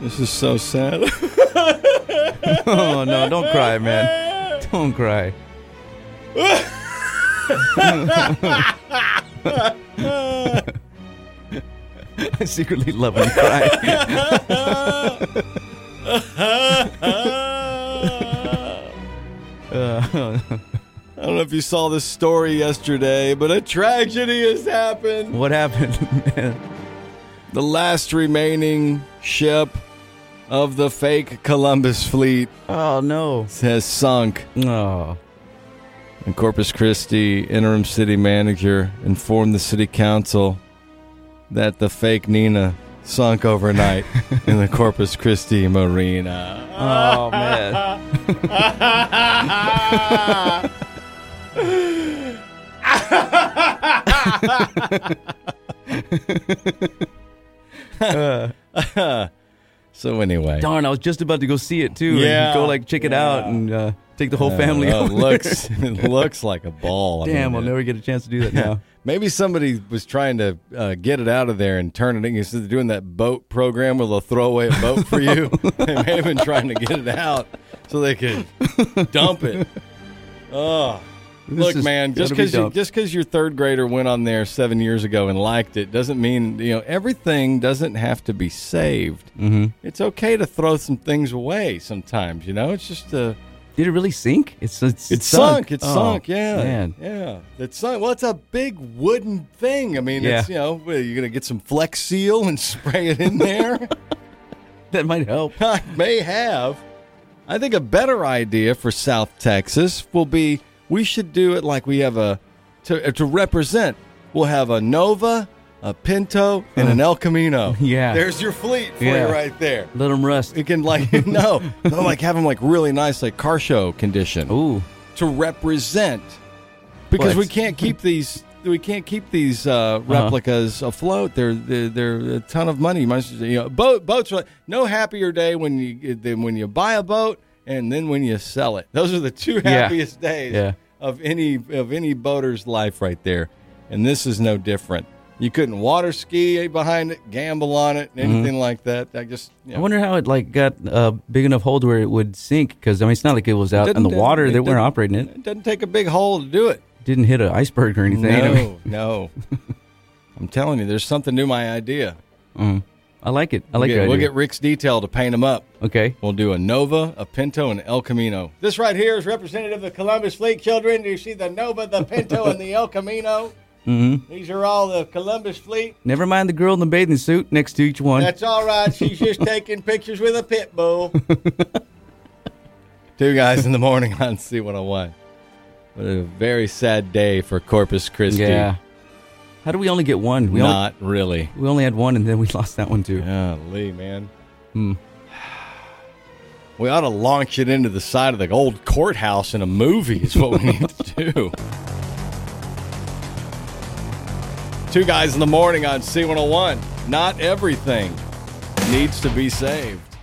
This is so sad. Oh no! Don't cry, man. Don't cry. I secretly love when you cry. Uh, I don't know if you saw this story yesterday, but a tragedy has happened. what happened, man? The last remaining ship of the fake Columbus fleet Oh no! has sunk. Oh, And Corpus Christi interim city manager informed the city council that the fake Nina sunk overnight in the Corpus Christi marina. oh man! So anyway, Darn! I was just about to go see it too. and Yeah. go like check it out and uh, take the whole Uh, family. uh, over there. looks it looks like a ball. I Damn! mean, I'll it- never get a chance to do that now. Maybe somebody was trying to uh, get it out of there and turn it in. Instead of doing that boat program where they'll throw away a boat for you, they may have been trying to get it out so they could dump it. Oh, look, is man, just gotta be because you, dumped. just because your third grader went on there seven years ago and liked it doesn't mean you know everything doesn't have to be saved. Mm-hmm. It's okay to throw some things away sometimes. You know, it's just a. Did it really sink? It's it's, It's sunk. It's Oh, sunk. Yeah. Man. Yeah. It's sunk. Well, it's a big wooden thing. I mean, it's, Yeah. you know, what, you're going to get some Flex Seal and spray it in there. That might help. I may have. I think a better idea for South Texas will be we should do it like we have a, to, to represent, we'll have a Nova, a Pinto, and an El Camino. Yeah. There's your fleet for Yeah. you right there. Let them rest. It can like, no, no, like have them like really nice, like car show condition Ooh. to represent because Flex. we can't keep these we can't keep these Uh-huh. uh, replicas afloat. They're, they're they're a ton of money. You might as well- you know, boat boats are like, no happier day when you eh, than when you buy a boat and then when you sell it. Those are the two Yeah. happiest days Yeah. of any of any boater's life right there. And this is no different. You couldn't water ski behind it, gamble on it, anything like that. I just you Mm-hmm. I know, wonder how it like got a big enough hold where it would sink. Because I mean, it's not like it was out in the doesn't- water; it they weren't doesn't- operating it. It doesn't take a big hole to do it. Didn't hit an iceberg or anything. I, mean, No, no. I'm telling you, there's something to my idea. I like it. I like we'll, it. get, we'll get Rick's detail to paint them up. okay. We'll do a Nova, a Pinto, and El Camino. This right here is representative of Columbus Fleet Children. Do you see the Nova, the Pinto, and the El Camino? Mm-hmm. These are all the Columbus Fleet. Never mind the girl in the bathing suit next to each one. That's all right. She's just taking pictures with a pit bull. Two guys in the morning on C101. What a very sad day for Corpus Christi. yeah. How do we only get one? We Not really. only we only had one, and then we lost that one too. Golly, man. We ought to launch it into the side of the old courthouse in a movie, is what we need to do. Two oh guys in the morning on C101. Not everything needs to be saved.